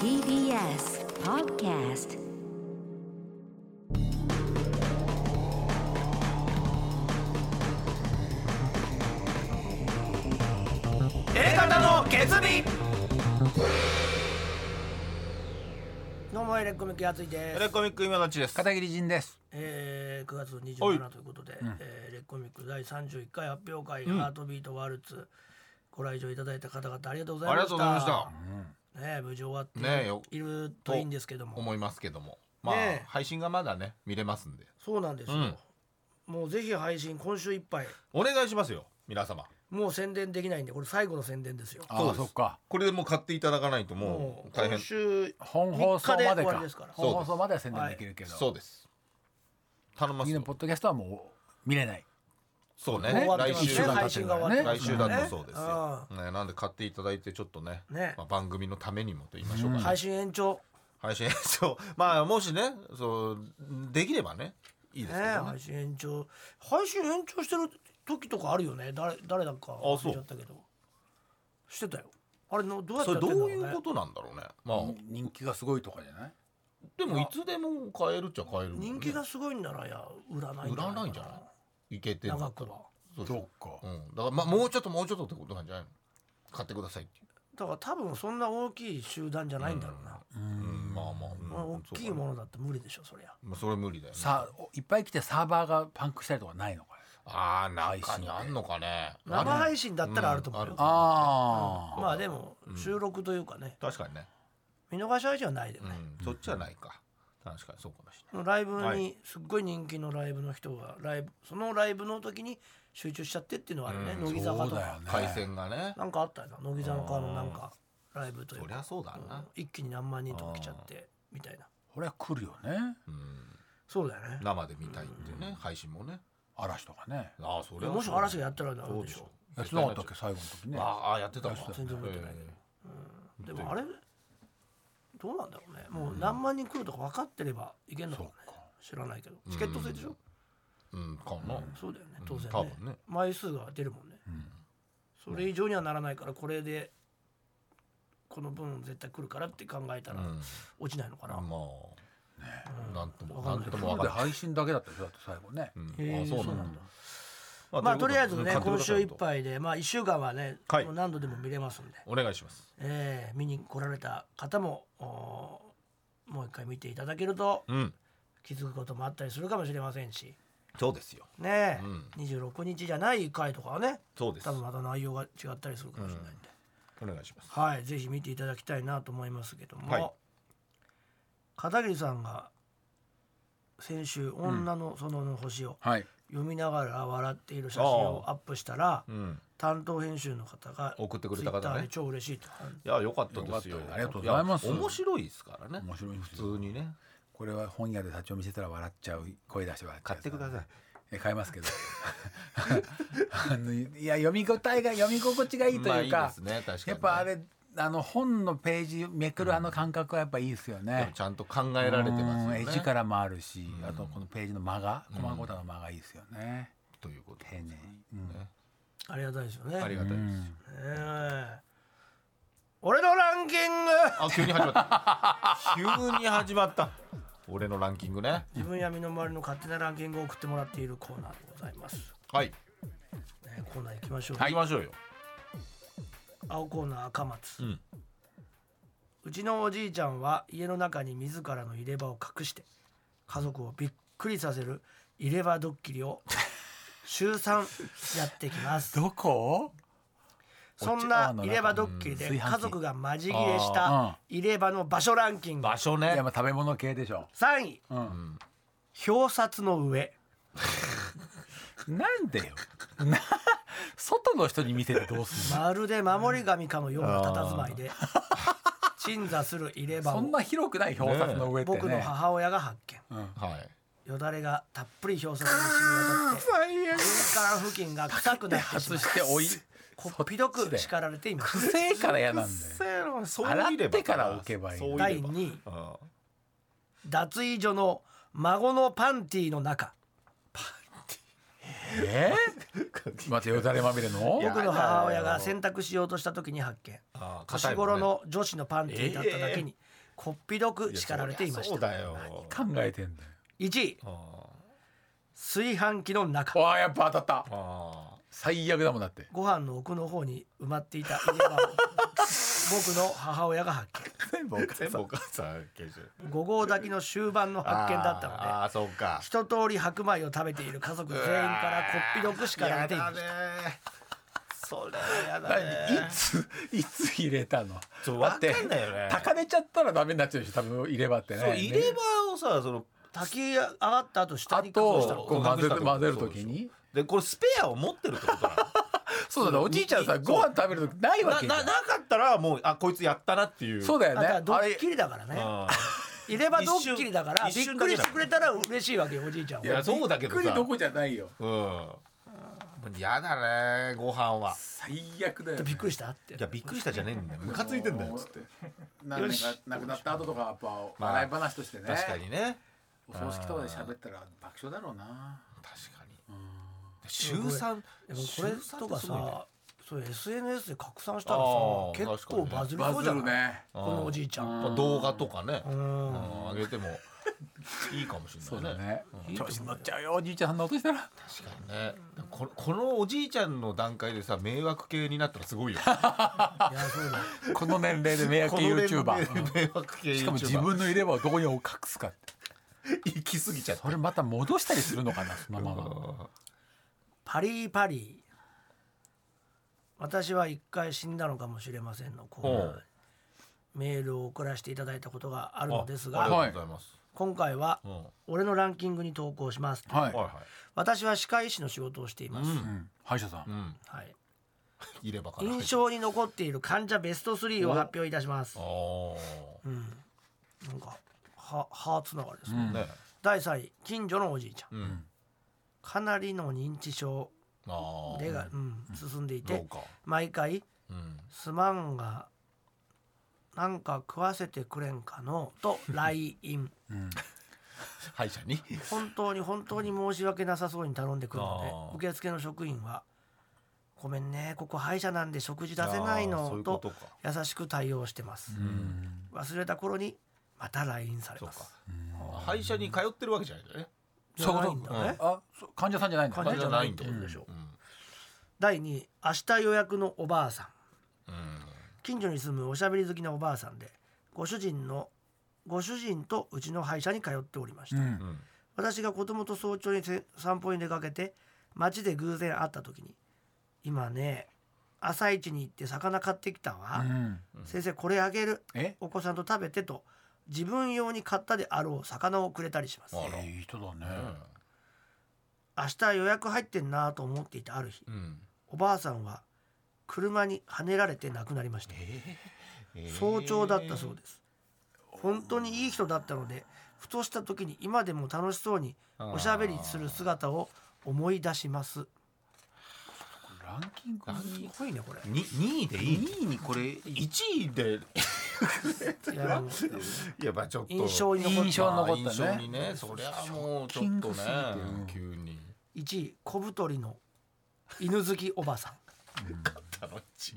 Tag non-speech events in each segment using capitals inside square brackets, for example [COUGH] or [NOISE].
TBS Podcast 方の決意どうもエレコミックやついでエすレ、コミック今立ちです片桐仁です。えー、9月27おいということで、えーエレコミック第31回発表会、ハートビートワルツご来場いただいた方々ありがとうございましあたりがとうございましたねえ無事終わってい,、ねえよるといいんですけども思いますけどもまあ、ねえ配信がまだね見れますんでそうなんですよ、もうぜひ配信今週いっぱいお願いしますよ皆様もう宣伝できないんでこれ最後の宣伝ですよああ、そっか。これでもう買っていただかないとももうう大今変週本放送三日までで終わか。りですからうで本す放送までは宣伝できるけど。そうです頼みます次のよポッドキャストはもう見れない。そうねもう終わっ来てますね週だ配信が終わってま来す週からだねとそうですよ、ね、なんで買っていただいてちょっとねねまあ、番組のためにもと言いましょうか、うねん配信延長配信 [LAUGHS] そうまあもしねそうできればねいいですねけどね配信延長配信延長してる時とかあるよね誰誰だか忘れちゃったけどしてたよあれのどうやってそやれってどんうだろうねいうことなんだろうねまあ人気がすごいとかじゃない？でもいつでも買えるっちゃ買えるもんね人気がすごいんならいや売らない売らないんじゃないいけてんだ長くはそうそそうかう。うん、だからまあもうちょっともうちょっとってことなんじゃないの買ってくださいっていう、だから多分そんな大きい集団じゃないんだろうな、うん、まあまあ、うんまあ、大きいそうかものだって無理でしょそりゃまあそれ無理だよねさあ、いっぱい来てサーバーがパンクしたりとかないのかね。ああ中にあんのかね生ある配信だったらあると思うようん、あまあでも収録というかね、確かにね、見逃し配信はないでうね、ん、そっちはないか確かにそうかもしれないライブに、はいすっごい人気のライブの人がライブそのライブの時に集中しちゃってっていうのはあるね、うん乃木あ、そ坂うとだかよね。回線がねなんかあったよな乃木坂のなんかライブといそうりかゃそうだな一気に何万人とか来ちゃってみたいなこれは来るよね。うん、そうだよね生で見たいっていうね、配信もね嵐とかね。ああそれはもし嵐がやっったらなそるうででししょょやってなかったっけ最後の時ね。ああやってたわ全然覚えてないけどえでもあれどうなんだろうねもう何万人来るとか分かってればいけんのかもね知らないけどチケット制でしょえうんかな、そうだよね当然多分ねね枚数が出るもんねそれ以上にはならないからこれでこの分絶対来るからって考えたらうん落ちないのかなまあなんともわかなんんないとも今わかまんでない配信だけだったでしょだって最後ね。うんへえあそうそうななんんだだまあとりあえずね買ってく今ださ週いっいぱいでまあ1週間はねはいもう何度でも見れますんでお願いしますえー見に来られた方もおーもう一回見ていただけるとうん気づくこともあったりするかもしれませんしそうですよねえ、う26日じゃない回とかはねそうです多分また内容が違ったりするかもしれないんで、お願いしますはいぜひ見ていただきたいなと思いますけども、はい片桐さんが先週「女のその星」をはい。読みながら笑っている写真をアップしたら、うん担当編集の方が送ってくれた方ね Twitter で超嬉しいと。いや良かったですよ良かったありがとうございますや面白いですからね面白いです普通よ。にねこれは本屋で立ち読みしてたら笑っちゃう声出して笑っちゃうやつなんで。さいえ買いますけど [LAUGHS] あのいや読み応えが読み心地がいいとまあいいういか,、ですね確かにねやっぱあれあの本のページめくるあの感覚はやっぱいいですよでもね。ちゃんと考えられてますようねん絵力もあるし、あとこのページの間が細々の間がいいですよね。ということ丁寧に、ねありがたいですよね。ありがたいですええ俺のランキングあ急に始まった急に始まった俺のランキングね自分や身の回りの勝手なランキングを送ってもらっているコーナーでございます、はいね、コーナー行きましょう、行きましょうよ青コーナー赤松、ううんちのおじいちゃんは家の中に自らの入れ歯を隠して家族をびっくりさせる入れ歯ドッキリを [LAUGHS] 週3やってきますどこ？そんな入れ歯ドッキリでうん炊飯家器族が間仕切れした入れ歯の場所ランキング場所いやねまあ食べ物系でしょ。 3位うん。表札の上なんでよ。な外の人に見せてどう [LAUGHS] すんの？まるで守り神かのような佇まいで鎮座する入れ歯そをんな広くない表札の上ってね。僕の母親が発見はいよだれがたっぷり表札に染み渡って玄関付近が臭くなってしまい外しておい。こっぴどく叱られていま不す正から嫌なんだよ。そう洗入れっばてから置けばいいそう入れ第ば2位うん脱衣所の孫のパンティーの中えまたよだれまみれのいや僕の母親が洗濯しようとした時に発見あー硬年いもんね頃の女子のパンティーだっただけにこっぴどく叱られていましそうただよ考えてんだよ1位あ炊飯器の中わあやっぱ当たったーあ最悪だもんだってご飯の奥の方に埋まっていた入れ歯を僕の母親が発全部お母さん全部お母さん研修見5合炊きの終盤の発見だったのであーあーそうか一通り白米を食べている家族全員からこっぴどく叱られていまやしだたねそれやだ何いねついつ入れたのちょっとわかんないよね高めちゃったらダメになっちゃうでしょ多分入れ歯ってねそう入れ歯をさその炊き上がった後下あに隠したとのこう混隠ぜしたとこ混ぜるときにでこれスペアを持ってるってことなのそうだねおじいちゃんさそうご飯食べるときないわなけななかったらもうあこいつやったなっていうそうだだよだねからドあれッキリだからね入れ歯ドッキリだから一びっ瞬くりしてくれたら嬉しいわけよおじいちゃんいはやそうだけどびっくりさどこじゃないようんやだねご飯は最悪だよびっくりしたっていやびっくりしたじゃねえんだよムカついてんだよつって何年か亡くなった後とかやっぱまあ笑い話としてね確かにねお葬式とかで喋ったら爆笑だろうな確かに週3でもこれとかさそう SNS で拡散したらあーさ結確か構にねバズりバそうズじゃるないねこのおじいちゃん動画とかねうんうん上げてもいいかもしそれうなだいねね調子に乗っちゃうよおじいちゃんあんな音 [LAUGHS] したら確かにねここのおじいちゃんの段階でさ迷惑系になったらすごいよいやそうだこの年齢で迷惑系ユー [LAUGHS] チューバこのー迷惑系 YouTuber しかも自分の入れ歯をどこに隠すかって行き過ぎちゃったそれまた戻したりするのかなそのままパリーパリー私は一回死んだのかもしれませんのコーナーほうメールを送らせていただいたことがあるのですあありががとうございます、今回はうんは俺のランキングに投稿しますはいいは私は歯科医師の仕事をしています、ううん歯医者さんいうんはい、入れ歯から入って印象に残っている患者ベスト3を発表いたしますあーなんかは歯つながりですね、ね第3位近所のおじいちゃんうん、かなりの認知症ああでが、うん、進んでいどてうか毎回うん「すまんがなんか食わせてくれんかの」と LINE 歯医者に本当に本当に申し訳なさそうに頼んでくるのあーで受付の職員は「ごめんねここ歯医者なんで食事出せないあーそういの」うこととか優しく対応してますうん忘れた頃にまた LINE されそうまかす歯医者に通ってるわけじゃないんだねじゃないんだねあそう患者さんじゃないの患者じゃないってことでしょ第2位明日予約のおばあさうんん、近所に住むおしゃべり好きなおばあさんでご主人のご主人とうちの歯医者に通っておりました、うんうん私が子供と早朝にせ散歩に出かけて街で偶然会った時に「今ね朝一に行って魚買ってきたうわ、ん先生これあげるえお子さんと食べて」と自分用に買ったであろう魚をくれたりしますあえらーいい人だね明日予約入ってんなと思っていたある日うんうんおばあさんは車にはねられて亡くなりました早朝だったそうです本当にいい人だったのでふとした時に今でも楽しそうにおしゃべりする姿を思い出しますランキングにすごいねこれに2位でいい2位にこれ1位でいやもういやまあちょっと印象に残っ印象にた残ったね印象にねそりゃもうちょっとねランキン急グすぎてに1位小太りの犬好きおばさん楽しい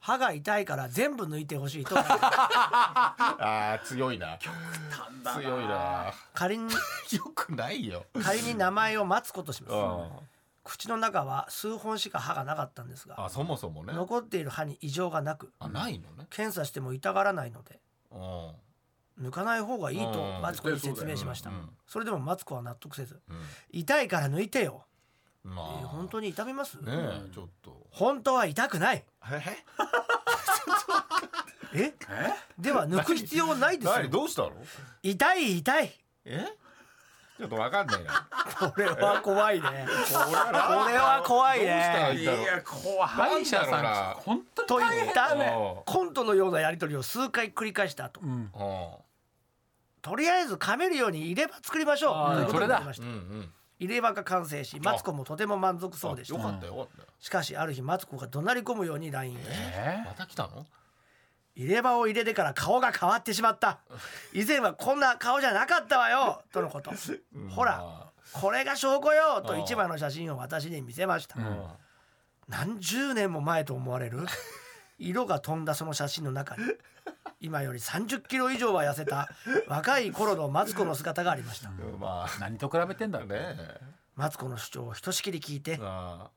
歯が痛いから全部抜いてほしいとあー強いな強いな [LAUGHS] 仮によくないよ仮に名前を待つことしまあす口の中は数本しか歯がなかったんですがあそもそもね残っている歯に異常がなくあないのね検査しても痛がらないのでうん抜かない方がいいとうんマツコに説明しました、うんうんそれでもマツコは納得せずうん痛いから抜いてよ、えまーあ本当に痛みます、ねえちょっと本当は痛くないえええでは抜く必要ないです何よどうしたの痛い痛いえちょっとわかんないなこれは怖いねこれこれは怖いどうねいや怖い歯医者なんだろうなさん本当にとい大変ったねコントのようなやり取りを数回繰り返した後うんとりあえず噛めるように入れ歯作りましょあーうということになりましうんたうん入れ歯が完成しマツコもとても満足そうでしよたかったよかったよしかしある日マツコが怒鳴り込むように LINE でえまた来たの入れ歯を入れてから顔が変わってしまった以前はこんな顔じゃなかったわよとのこと、ほらまあこれが証拠よと一枚の写真を私に見せました、うん何十年も前と思われる色が飛んだその写真の中に今より3 0キロ以上は痩せた若い頃のマツコの姿がありましたま何と比べてんだあろねうえマツコの主張をひとしきり聞いてあ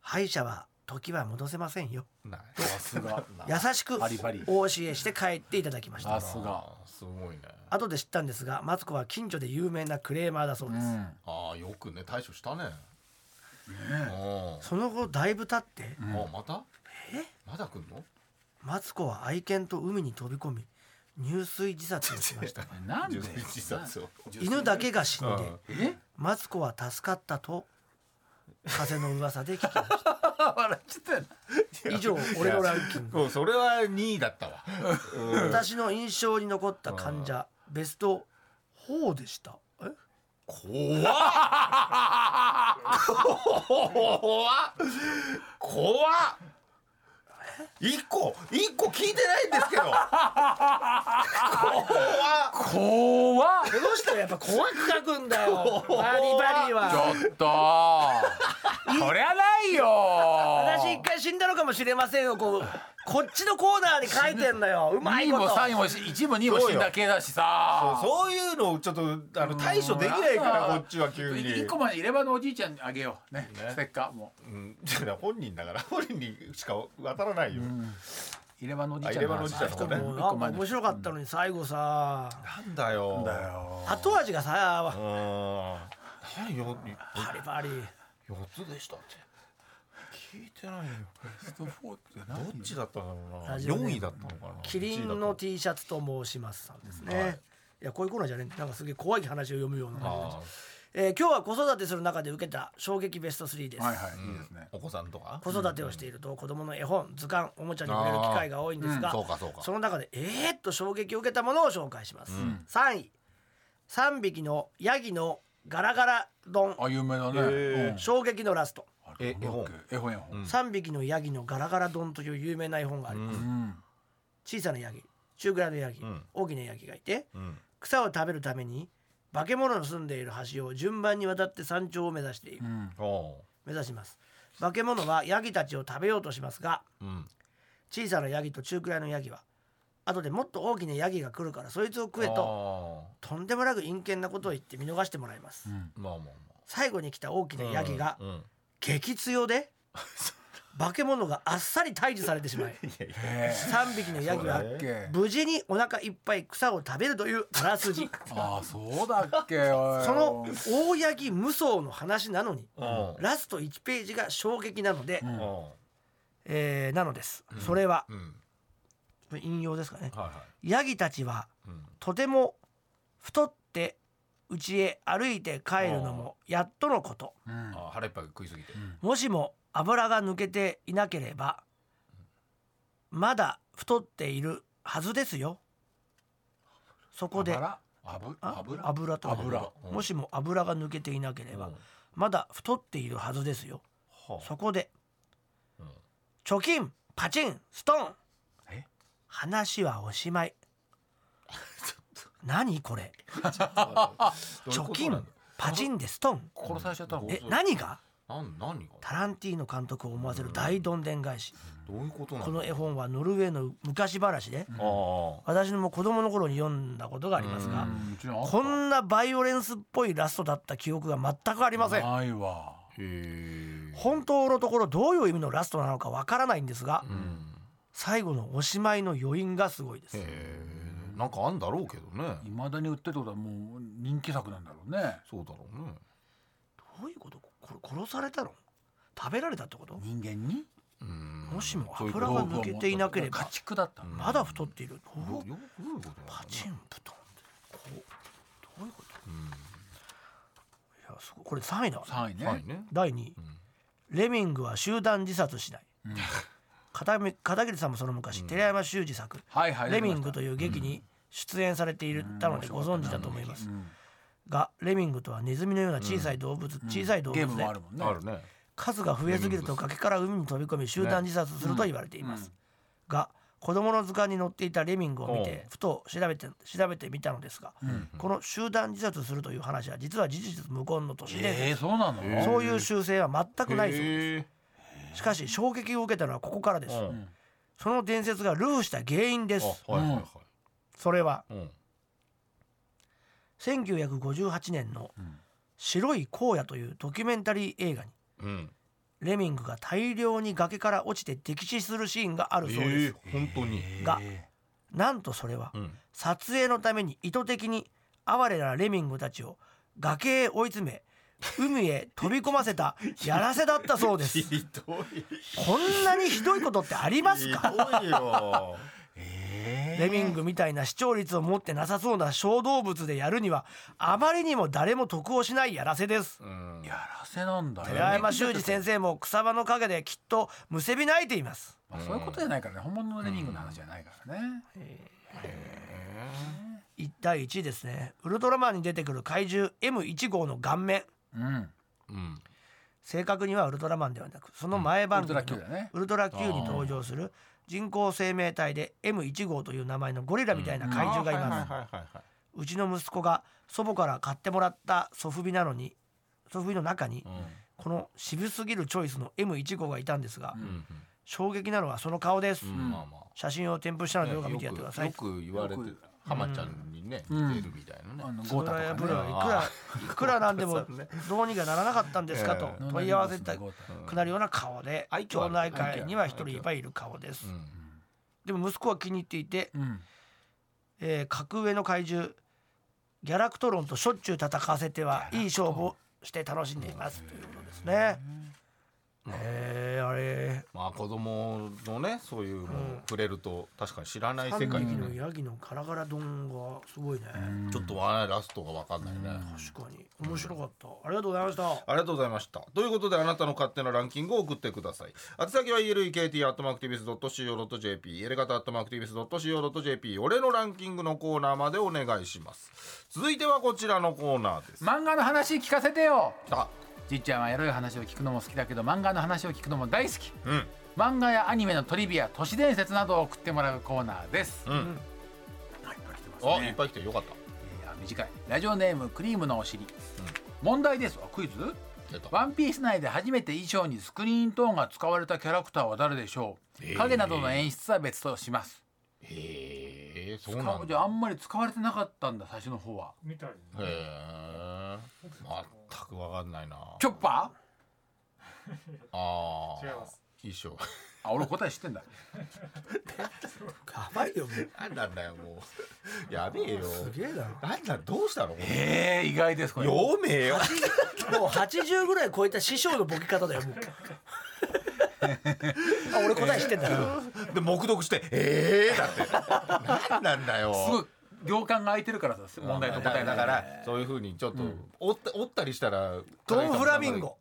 歯医者は時は戻せませんよあなさすが [LAUGHS] 優しくバリバリお教えして帰っていただきましたさすがあすごいね後で知ったんですがマツコは近所で有名なクレーマーだそううです、んああよくね対処したねその後だいぶ経ってうんあまたえまだ来んのマツコは愛犬と海に飛び込み入水自殺をし [LAUGHS] ましたなんで自殺を犬だけが死んでうんえマツコは助かったと風の噂で聞きました笑っちゃったよ以上俺のランキングもうそれは2位だった [LAUGHS] わ私の印象に残った患者ベスト4でしたえ怖っ怖っ怖っ一個一個聞いてないんですけど怖っ怖っこの人やっぱ怖く書くんだ [LAUGHS] よバリバリちはょっと [LAUGHS] こりゃないよ私一回死んだのかもしれませんよこうこっちのコーナーに書いてんのようま2い位こもと3位も1位も2位も死んだ系だしさ [LAUGHS] そういうのをちょっとあの対処できないからこっちは急に1個まで入れ歯のおじいちゃんにあげようねねステッカーもううん、 [LAUGHS] だから本人だから本人にしか渡らないよ、入れ歯のおじいちゃんあ入れ歯のおじいちゃんの一方ね個もう一な個んか前の面白かったのに最後さなんだよだよ後味がさうん何よパリパリ4つでしたって聞いてないよベスト4ってど何っちだったのかなラジオネーム4位だったのかなキリンの T シャツと申しますさんですね、、はいいやこういうコーナーじゃねえんだなんかすげえ怖い話を読むような感じあえー今日は子育てする中で受けた衝撃ベスト3です、はいはいいいですねお子さんとか子育てをしていると子供の絵本図鑑おもちゃに触れる機会が多いんですが、そうかそうかその中でえーっと衝撃を受けたものを紹介します、3位3匹のヤギのガラガラ丼あ有名だねへーうん衝撃のラストあれえ絵本絵本絵本3匹のヤギのガラガラ丼という有名な絵本があります、うん小さなヤギ中ぐらいのヤギ、ん大きなヤギがいてうん草を食べるために化け物の住んでいる橋を順番に渡って山頂を目指していく、うんお目指します化け物はヤギたちを食べようとしますがううん小さなヤギと中くらいのヤギは後でもっと大きなヤギが来るからそいつを食えとととんでもなく陰険なことを言って見逃してもらいます、んまあまあま最後に来た大きあなヤギがうんうん激強 [LAUGHS] で化け物があっさり退治されて [LAUGHS] しまいいやいやへー3匹のヤギそうだはねだっけ無事にお腹いっぱい草を食べるというあらす [LAUGHS] じああそうだっけおいその大ヤギ無双の話なのにうんラスト1ページが衝撃なので、うんえーなのです、それはうんうん引用ですかねはいはヤギたちはいうんとても太って家へ歩いて帰るのもやっとのことうんあ腹いっぱい食いすぎてもしも油が抜けていなければまだ太っているはずですよそこで油油あ油油とか油もしも油が抜けていなければうんまだ太っているはずですよはあそこでうん貯金パチンストンえ話はおし [LAUGHS] まい何これどういう貯ことな金のパチンでストン殺されちゃったのえ何がなん何がタランティーノ監督を思わせる大どんでん返しどういうことなこのの絵本はノルウェーの昔話でああ私も子供の頃に読んだことがありますうがんうちのあったこんなバイオレンスっぽいラストだった記憶が全くありませんないわへえ本当のところどういう意味のラストなのかわからないんですがうん最後のおしまいの余韻がすごいですへえなんかあんだろうけどねいまだに売ってるってことはもう人気作なんだろうねそうだろうねどういうことこれ殺されたの食べられたってこと人間にうんもしもそういうこ油とが抜けていなければ家畜だったのまだ太っているどうどういうことなのパチンプトンこうどういうこと、いやすごいこれ3位だわ3位ね、はいね第2位、レミングは集団自殺しない、片目片桐さんもその昔、寺山修司作、はいはいレミングという劇に出演されていたのでご存知だと思います、がレミングとはネズミのような小さい動物、小さい動ゲー物ムでもあるもんねあるね数が増えすぎると崖から海に飛び込み集団自殺すると言われています、が子供の図鑑に載っていたレミングを見ておうふと調べて調べてみたのですが、んこの集団自殺するという話は実は事実無根の都市えでー、そうなの、えーそういう習性は全くないそうでへすしかし衝撃を受けたのはここからです、ーうんその伝説がルーした原因ですあはいはいはそれはいうん1958年の「白い荒野」というドキュメンタリー映画にうんレミングが大量に崖から落ちて溺死するシーンがあるそうです、えー本当にがなんとそれはうん撮影のために意図的に哀れなレミングたちを崖へ追い詰め海へ飛び込ませたやらせだったそうです [LAUGHS] ひどいこんなにひどいことってありますかひどいよレミングみたいな視聴率を持ってなさそうな小動物でやるにはあまりにも誰も得をしないやらせですうんやらせなんだよ、寺山修司先生も草場の陰できっとむせび泣いていますまあ、そういうことじゃないからね本物のレミングの話じゃないからね、一対1位ですねウルトラマンに出てくる怪獣 M1 号の顔面うん、うん正確にはウルトラマンではなくその前番組のウルトラ Q だねウルトラ Q に登場する人工生命体で M1 号という名前のゴリラみたいな怪獣がいますあーはいはいはいはうちの息子が祖母から買ってもらったソフビなのにソフビの中にいはいこの渋すぎるチョイスの M1 号がいたんですがうんうん衝撃なのはその顔ですうんまあまあ写真を添付したのでよ動画見てやってくださいくよく言われてよる浜ちゃんにねうん似てるみたいなあねのそゴーれはタやとぶらかねねいくらいくらなん [LAUGHS] でもゴータさんねどうにかならなかったんですかとええ問い合わせたゴーくなるような顔で愛嬌ある町内会には一人いっぱいいる顔ですうんでも息子は気に入っていて、うんえー格上の怪獣ギャラクトロンとしょっちゅう戦わせてはいい勝負をして楽しんでいますということですね。えー、あれまあ子供のねそういうのんを触れると確かに知らない3世界匹にのヤギのガラガラ丼がすごいね、ちょっとわラストが分かんないね、確かに面白かった、ありがとうございました。ありがとうございました。ということで、あなたの勝手なランキングを送ってください。宛先は elekt.mactvs.co.jp、エレガタ .mactvs.co.jp、俺のランキングのコーナーまでお願いします。続いてはこちらのコーナーです。漫画の話聞かせてよあ、じいちゃんはエロい話を聞くのも好きだけど漫画の話を聞くのも大好きうん、漫画やアニメのトリビア都市伝説などを送ってもらうコーナーです、うん。はいいっぱい来てますあ、いっねぱい来てよかった。えーあ短いラジオネームクリームのお尻、問題ですわクイズ出たワンピース内で初めて衣装にスクリーントーンが使われたキャラクターは誰でしょう、えー影などの演出は別としますへえ、そう使なうんじゃあだ。あんまり使われてなかったんだ最初の方はみたいへえ、全く分かんないな。チョッパーああ、違います。衣装。 [LAUGHS] あ俺答え知ってんだやばいよもうなんなんだよ、もう。やべ [LAUGHS] えよ。すげえな。なんだ、どうしたの。えー、意外ですこれ読めよ。もう80ぐらい超えた師匠のボケ方だよも [LAUGHS] う。あ俺答え知ってんだ。で黙読して「ええー」だって何なんだよすごい行間が空いてるからさ問題と答えだかだかららそういうふうにちょっと折った折ったりしたらドンフラミンゴ。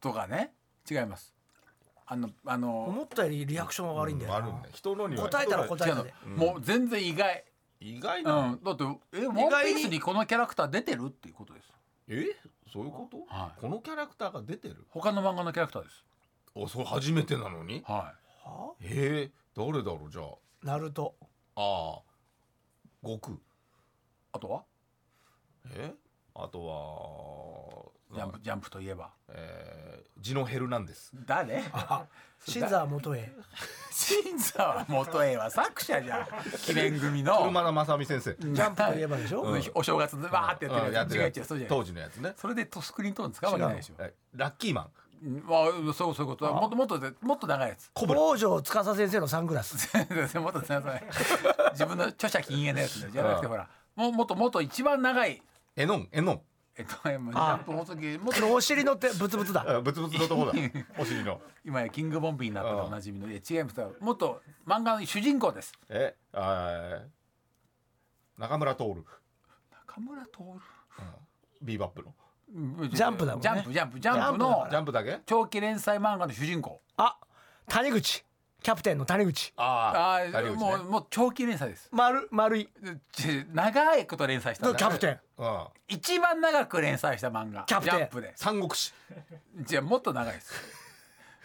とかね違いますあのあの思ったよりリアクションが悪いんだよな。あるんだよ人のには答えたら人の答違えうたので。もう全然意外意外うな、んだってえワンピースにこのキャラクター出てるっていうことですえそういうこと、はいこのキャラクターが出てる他の漫画のキャラクターですおそう初めてなのにははええ誰だろうじゃあナルト。ああ悟空いあとはえあとジャンはプジャンプといえばえー、ジノヘルナンデス誰シザー元へ。新沢元栄は作者じゃん記念組の車田正美先生、ジャンプといえばでしょ。うんお正月でわーってやってるやつ、うん違う違うそうじゃない当時のやつねそれでとスクリーントーン使うわけないでしょえラッキーマンうんまあそうそういうこともっともっとでもっと長いやつ [LAUGHS] 北条司先生のサングラス。全然もっとすいません自分の著者禁煙のやつねじゃなくてうんほらもうもっともっと一番長いエノンエノンえっともうジあャンプ放送局もっとお尻のってブツ [LAUGHS] ブツだ。あブツブツのとこだお尻の今やキングボンビーになったらおなじみのいや違いますもっと漫画の主人公ですえあー中村徹、うん中村徹ビーバップのうんジャンプだもんねジャンプジャンプジャンプのジャンプだけ長期連載漫画の主人公あ、谷口。キャプテンの谷口。ああああもうもう長期連載です丸丸い。ち長いこと連載したんのだキャプテン。うん一番長く連載した漫画キャプテンジャンプで三国志じゃあもっと長いです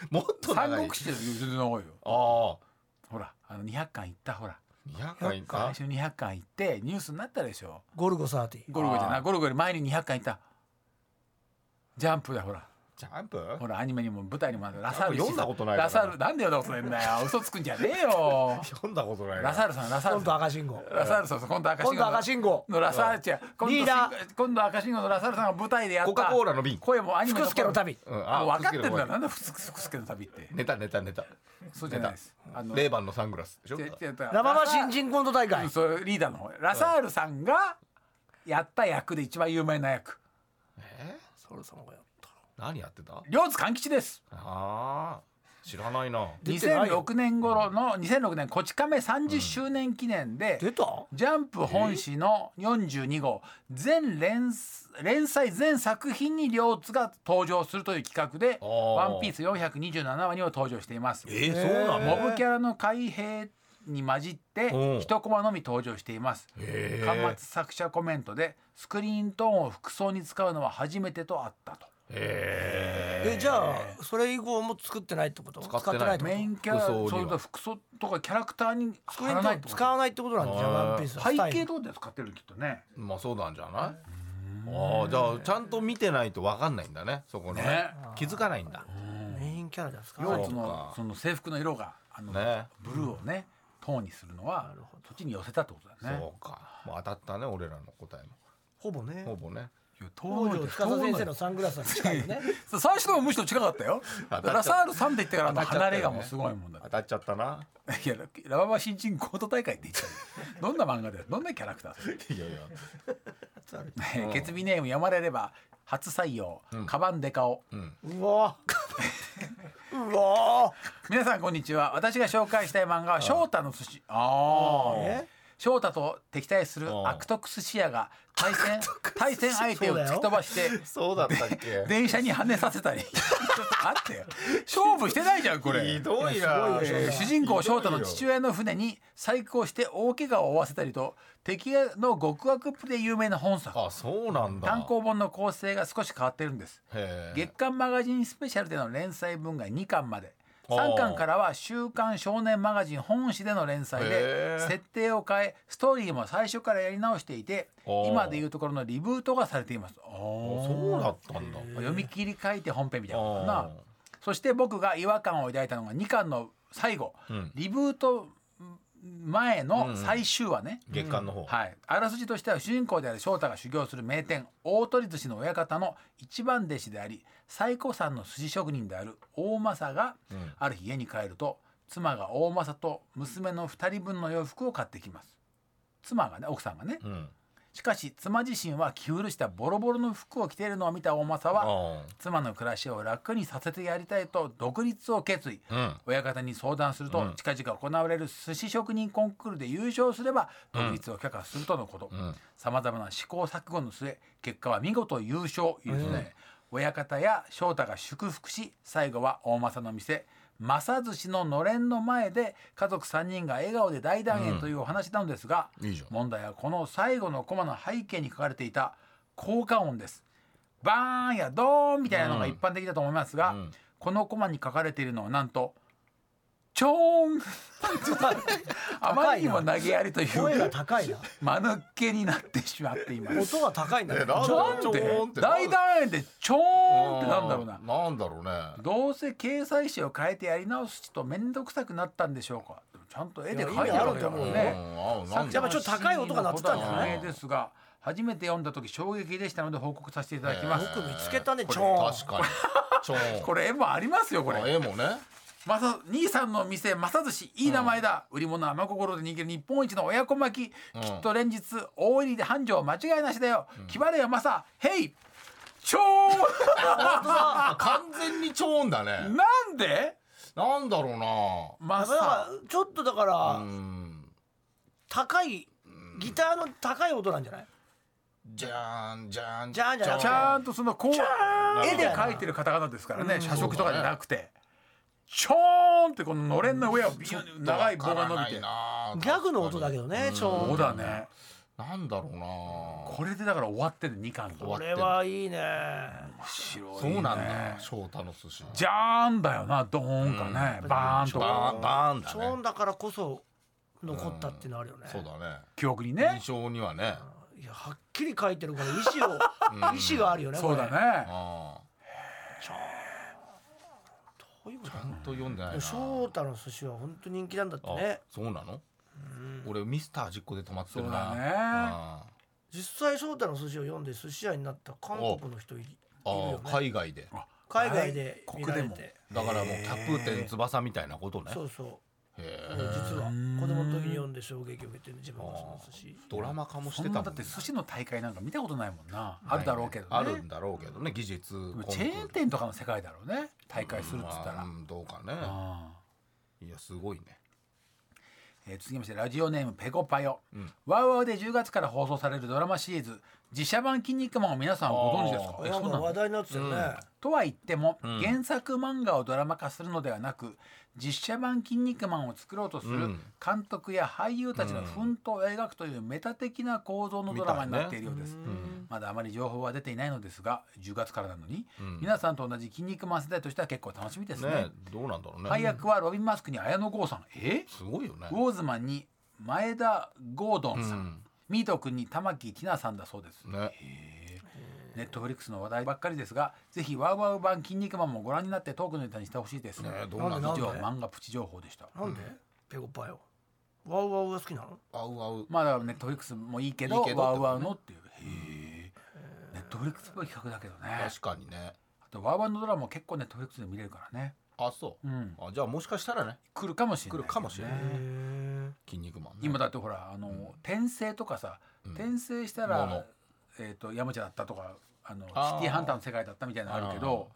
もっと三長い国志より全然長いよああほらあの200巻行ったほら200回最か初に200巻行ってニュースになったでしょゴルゴ30ゴルゴじゃあなーいゴルゴより前に200巻行ったジャンプだほらジャンプほらアニメにも舞台にもあるラサールジャンプ読んだことないからラサールなんで読んだことないんだよ嘘つくんじ [LAUGHS] ゃねえよ読んだことないなラサールさんラサー今ル度さん赤信号ラサールさんそう今度赤信今号度赤信号のラサール違う今度リーダーし今度赤信号のラサールさんが舞台でやったコカ・コーラの瓶声もアニメ福助の旅うんあ分かってるんだなよなんだふつふつけの旅ってネタネタネタそうじゃないですあのレイバンのサングラスでしょ違う違うラバマ新人コント大う会んそれリーダーの方ラサールさんがやった役で一番有名な役えそろそろやった何やってた両津勘吉ですあー知らないな出てないよ2006年頃の2006年こち亀30周年記念で、出たジャンプ本誌の42号全連連載全作品に両津が登場するという企画で「あーワンピース427話にも登場しています。えー、そうなモのブキャラの開閉に混じってうん一コマのみ登場しています。へー端末作者コメントでスクリーントーンを服装に使うのは初めてとあったと。ええじゃあそれ以降も作ってないってこと使ってないってこメイとンキャラ服装にはそういうと服装とかキャラクターにスク使リーわントなーいンと使わないってことなんじゃあーワンピースの背スタイ景ルどうで使ってるきっとね。まあそうなんじゃないああじゃあちゃんと見てないとわかんないんだねそこのねね気づかないんだメインキャラですか両津そうのかその制服の色があの、ねブルーをねトーンにするのは土地に寄せたってことだよね。そうかもう当たったね俺らの答えほぼねもほぼねいや北条東司先生のサングラスは近いよねそう最初のむしろ近かったよ。当たっちゃったラサールさんって言ってからの当たっちゃったよ離ねれがもうすごいもんだ当。たっちゃったないやラババ新人コート大会って言っちゃうよ。どんな漫画だよ。どんなキャラクターそれ。いやいやねケツビネーム読まれれば初採用、カバンデカオ。うわうわ皆さんこんにちは私が紹介したい漫画は翔太の寿司あーあえ翔太と敵対するうん悪徳寿司屋が対戦対戦相手を突き飛ばしてそうだったっけ電車に跳ねさせたりあってよ勝負してないじゃんこ [LAUGHS] れひどいなすごいえーよ主人公翔太の父親の船に細工をして大怪我を負わせたりと敵の極悪っぷりで有名な本作あそうなんだ単行本の構成が少し変わってるんですへえ月刊マガジンスペシャルでの連載分が2巻まで3巻からは「週刊少年マガジン」本誌での連載へでー設定を変えストーリーも最初からやり直していておー今でいうところのリブートがされています。そうだったんだ読み切り書いて本編みたいなことかおなーそして僕が違和感を抱いたのが2巻の最後、んリブート前の最終話ね、月間の方はい、あらすじとしては主人公である翔太が修行する名店大鳥寿司の親方の一番弟子であり最古参の寿司職人である大政がある日家に帰ると妻が大政と娘の2人分の洋服を買ってきます妻がね奥さんがねうんしかし妻自身は着古したボロボロの服を着ているのを見た大政はあ妻の暮らしを楽にさせてやりたいと独立を決意、うん親方に相談すると、近々行われる寿司職人コンクールで優勝すれば独立を許可するとのことんさまざまな試行錯誤の末結果は見事優勝いいですね、親方や翔太が祝福し最後は大政の店正寿司ののれんの前で家族3人が笑顔で大団円というお話なのですが、いいじゃん問題はこの最後のコマの背景に書かれていた効果音ですバーンやドーンみたいなのが一般的だと思いますが、このコマに書かれているのはなんとチョーンあまりにも投げやりとい声がう高いな間抜けになってしまっています音が高いんだえなんちょだなチョんでーンって大団円でチョーンってなんだろうななんだろうねどうせ掲載誌を変えてやり直すと面倒くさくなったんでしょうかでもちゃんと絵で描いてあるわけだもんいうんや意味あるねあとなんやだっぱちょっと高い音が鳴ってたんじゃない作者の不明ですが初めて読んだ時衝撃でしたので報告させていただきますよく見つけたねこれチョーン確か [LAUGHS] にチョーンこれ絵もありますよこあれ絵もねまさ兄さんの店まさ寿司いい名前だ、売り物は真心で握る日本一の親子巻き、きっと連日大入りで繁盛間違いなしだよ、気張れよマサヘイチョあ完全にチョーンだーンね [LAUGHS] なんでなんだろうなマだからサちょっとだから、うん高いギターの高い音なんじゃないじゃーんじゃーんじゃーんじゃなくてちゃんとそのこうーん絵で描いてる方々ですからね、社食とかじゃなくてチョーンってこののれんの上をビューン長い棒が伸びて長ギャグの音だけどねチョーンそうだねなんだろうなこれでだから終わってる2巻が終わこってれるはいいね白い、ね、そうなんだ翔太の寿司じゃーんだよなドーンかね、うんバーンとバーンバーンシだョーンねだからこそ残ったっていうのあるよね、そうだね記憶にね印象にはねいやはっきり書いてるから意志を意志があるよねそうだこれねあショーンどういうこーちとゃんと読んでないな翔太の寿司は本当人気なんだってねあそうなの俺ミスター実行で止まってるそうだねな実際翔太の寿司を読んで寿司屋になった韓国の人いいるあよーね海外で海外で見国らでれもてだからもうキャプテン翼みたいなことねそうそうへ実ーは子供の時に読んで衝撃を受けてる自分がその寿司ドラマ化もしそてんたもなんだってね寿司の大会なんか見たことないもんなあるだろうけどね、あるんだろうけどね技術コンクールチェーン店とかの世界だろうね大会するっつっまたら、あうんどうかねあいやすごいねーえー続きましてラジオネームペコパヨ、うんワウワウで10月から放送されるドラマシリーズ自社版「筋肉マン」を皆さんご存知ですかえなそんうかなの話題になってたよね、とは言っても、ん原作漫画をドラマ化するのではなく実写版「筋肉マン」を作ろうとすうるん監督や俳優たちの奮闘を描くというメタ的な構造のドラマになっているようです、まだあまり情報は出ていないのですが10月からなのに、皆さんと同じ「筋肉マン」世代としては結構楽しみですねねどうなんだろうね配役はロビン・マスクに綾野剛さんえすごいよねウォーズマンに前田ゴードンさん、うんミート君に玉木ティナさんだそうですねネットフリックスの話題ばっかりですがぜひワウワウ版「筋肉マン」もご覧になってトークのネタにしてほしいです、ねどうなんなんでなだん以で上漫画プチ情報でしたなんでペコパよワウワウが好きなのあうあうまあだからネットフリックスもいいけどいいけどワウワウのっていうへえネットフリックスっぽい企画だけどね確かにねあとワウワウのドラマも結構ネットフリックスで見れるからねあそううんあじゃあもしかしたらね来るかもしれない、来るかもしれないね筋肉マンね今だってほらあの、転生とかさ転生したもらの、えっ、と山ちゃんだったとかあのシあーティーハンターの世界だったみたいなのあるけど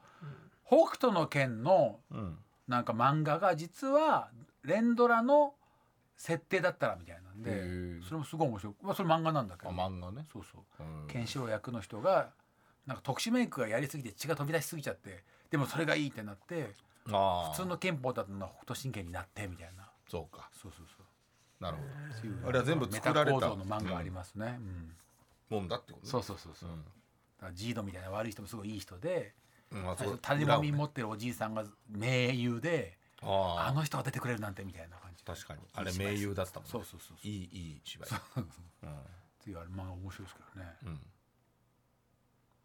北斗の拳のうんなんか漫画が実は連ドラの設定だったらみたいなんへでーそれもすごい面白い、まあ、それ漫画なんだけあど、漫画ねそうそううんケンシロウ役の人がなんか特殊メイクがやりすぎて血が飛び出しすぎちゃってでもそれがいいってなってあ普あ通の憲法だったのが北斗神拳になってみたいなそうかそうそうそうなるほどっていうあれは全部作られたメタ構造の漫画ありますね、うんもんだってことねそうそうそうそう、うんだからジードみたいな悪い人もすごいいい人でうんあ最そ初う種まみ裏持をねってるおじいさんが名優でああの人が出てくれるなんてみたいな感じあ確かにあれ名優だったもんねそうそうそうそういいいい芝居うんっていうあれまあ面白いですけどね、ん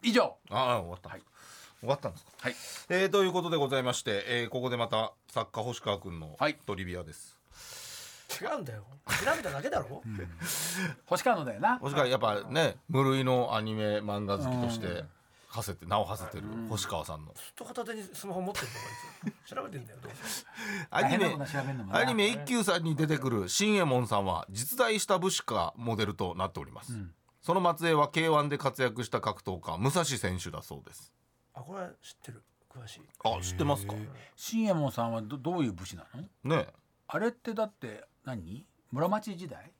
以上ああ終わった、終わったんですかはいえー、ということでございまして、えー、ここでまた作家星川君のはいトリビアです、違うんだよ調べただけだろ、星川のだよな星川やっぱね無類のアニメ漫画好きとして馳せて名を馳せてる星川さんのずっと片手にスマホ持ってるぞこいつ調べてんだよどうせアニ変なメこと調べんのもなアニメ一休さんに出てくる新右衛門さんは実在した武士かモデルとなっております、その末裔は K1 で活躍した格闘家武蔵選手だそうですあこれは知ってる詳しいあ知ってますか新右衛門さんはどどういう武士なのねあれってだって何室町時代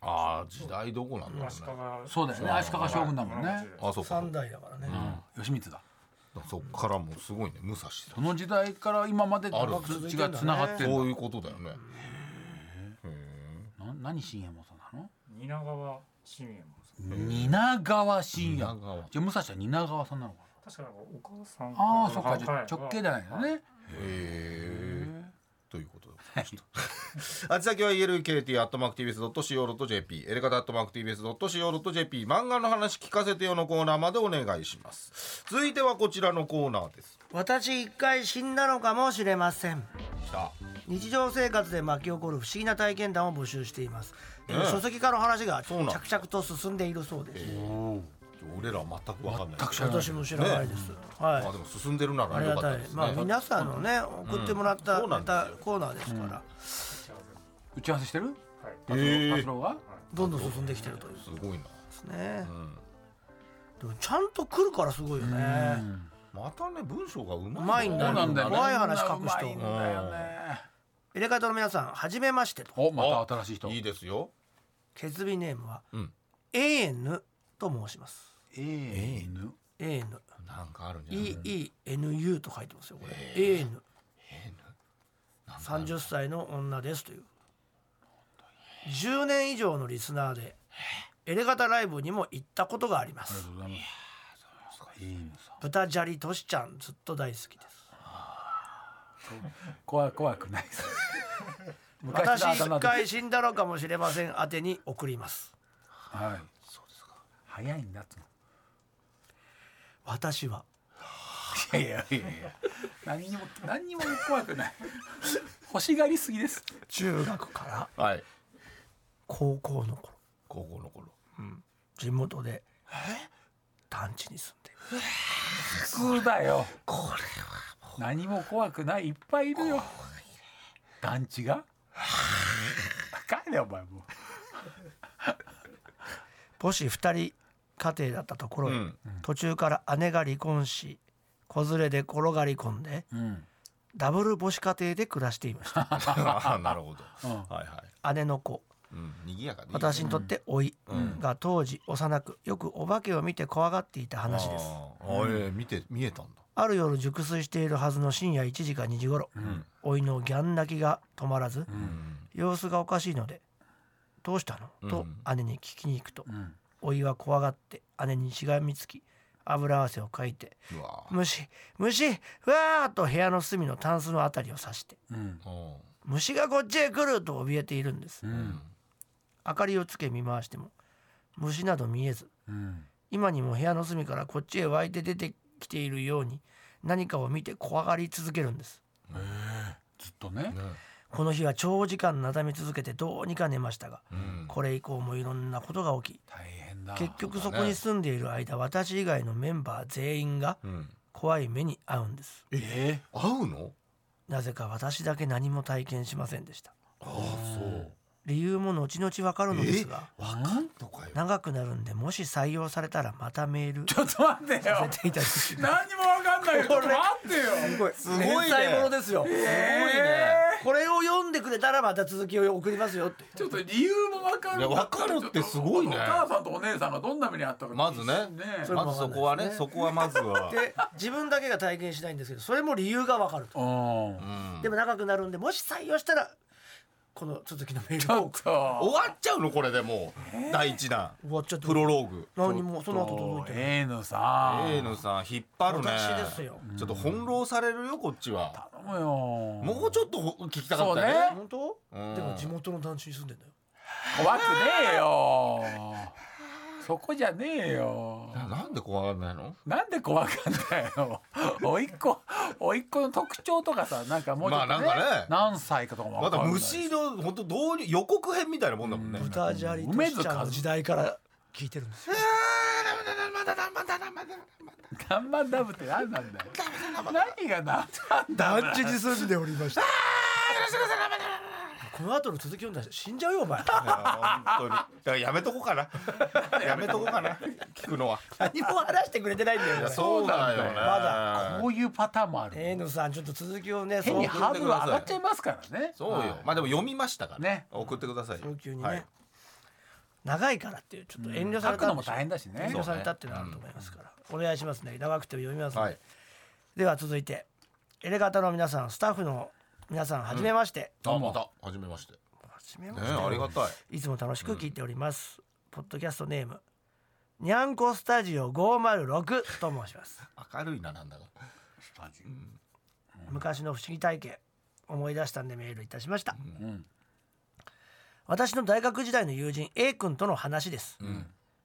ああ時代どこなんだろうねそうだよね足利将軍だもんね、あそうか三代だからね、うん、義満だそっからもうすごいね武蔵さんその時代から今まである血がつながってるそういうことだよねな何新右衛門さんなの蜷川信也もさん蜷川信也蜷川じゃあ武蔵は蜷川さんなのか確かなんかお母さんなああーそっかはいじゃあ直系だよねへえ。ということでございました。あち先は elkt.mactvs.co.jp、エレカタ .mactvs.co.jp、漫画の話聞かせてよのコーナーまでお願いします。続いてはこちらのコーナーです。私一回死んだのかもしれませんきた。日常生活で巻き起こる不思議な体験談を募集しています、えーねえ書籍化の話が着そうなの々と進んでいるそうです、俺ら全くわかんない。全く知らない私も知らないです、はいまあでも進んでるなあらり良がかったたいですね。まあ皆さんのね送ってもらったうんそうなんネですよタコーナーですから打ち合わせしてるへえ達郎はどんどん進んできてるというすごいな。ですねでもちゃんと来るからすごいよねまたね文章がうまい。うまいんだよそうなんだよね怖い話書く人うまいんだよねエレガトの皆さんはじめましてとおまた新しい人いいですよ。ケツビネームはうん。 AN と申します AN AN なんかあるんじゃない。 EENU と書いてますよこれ AN なんかある30歳の女ですという10年以上のリスナーでエレガタライブにも行ったことがありまありがすとうございます。いいのさ豚じゃりとしちゃんずっと大好きです怖怖く [LAUGHS] ないです。私の一頭回死んだのかもしれません宛てに送りますはい。そうですか。早いんだっつう私はの。いやいやいやいや。何にも何にも怖くない。欲しがりすぎです。中学からはい高校の頃高校の頃地元で団地に住んでいる普通だよ。これは何も怖くない。いっぱいいるよ。団地 [LAUGHS] が。帰れお前も母子二人家庭だったところへ、 [LAUGHS] うん途中から姉が離婚し子連れで転がり込んでう。うん。ダブル母子家庭で暮らしていました [LAUGHS] あーなるほど、うんはいはい姉の子うん賑やかでいいね私にとって甥うんが当時幼くよくお化けを見て怖がっていた話ですあーあーええ見て見えたんだある夜熟睡しているはずの深夜1時か2時頃うん。甥のギャン泣きが止まらずう。うんん様子がおかしいので「どうしたの?」と姉に聞きに行くとうん。甥は怖がって姉にしがみつき油汗をかいてうわ「虫虫うわー!」と部屋の隅のタンスのあたりを指してうん。ー「虫がこっちへ来る!」と怯えているんですううんん。明かりをつけ見回しても虫など見えずうん。今にも部屋の隅からこっちへ湧いて出てきているように何かを見て怖がり続けるんですずっとね。ねこの日は長時間なだめ続けてどうにか寝ましたがうんこれ以降もいろんなことが起き大変だ。結局そこに住んでいる間私以外のメンバー全員がうん怖い目に遭うんですえ合うのなぜか私だけ何も体験しませんでしたああそう理由も後々わかるのですがわかんとかよ長くなるんでもし採用されたらまたメールえちょっと待っ [LAUGHS] てよさせてい [LAUGHS] ただき何にもわかんないよちょっと待ってよすごいね連載ものですよ、えこれを読んでくれたらまた続きを送りますよってーちょっと理由もわかるんだいやわかるってすごいねお母さんとお姉さんがどんな目にあったかまずねそれもまずそこはねそこはまずはで自分だけが体験しないんですけどそれも理由がわかるとうんうんでも長くなるんでもし採用したらこの続きのメーちルょをっ送ると終わっちゃうのこれでもう第一弾終わっちゃってプロローグ何もその後届いてない A のさ A のさん引っ張るね私ですよちょっと翻弄されるよこっちは頼むよももうちょっと聞きたかったそうねね本当うんでも地元の団地に住んでんだよ怖くねえよそこじゃねえよななんで怖がらないのなんで怖かったよ [LAUGHS] おいっ子おいっ子の特徴とかさなんかもうちょっと、ねまあなんかね何歳かとかもまわかんだない虫の本当どう予告編みたいなもんだもんね豚じゃりとしちゃんの時代から聞いてる [LAUGHS] んですよナンバンダムって何な [LAUGHS] んだよ。何がナンバンダム団地に住んでおりましたこの後の続き読んだら死んじゃうよ [LAUGHS] お前いや本当にだからやめとこうか [LAUGHS] なやめとこうかな聞くのは何も話してくれてないんだよいこやれそうなんよねまだこういうパターンもある。えーのさんちょっと続きをね変に早急ハードル上がっちゃいますからね。そうよまあでも読みましたからね送ってください早急にね、はい長いからっていうちょっと遠慮さ書れくたのんもでしょ大変だしね遠。慮されたっていうのはあると思いますから、お願いしますね長くても読みますね、はいでは続いてエレガタの皆さんスタッフの皆さんはじめまして、あまた初めましてねはじめまして、ありがたいいつも楽しく聞いております、ポッドキャストネームにゃんこスタジオ506と申します明るいななんだか昔の不思議体験思い出したんでメールいたしました、ん私の大学時代の友人 A 君との話です、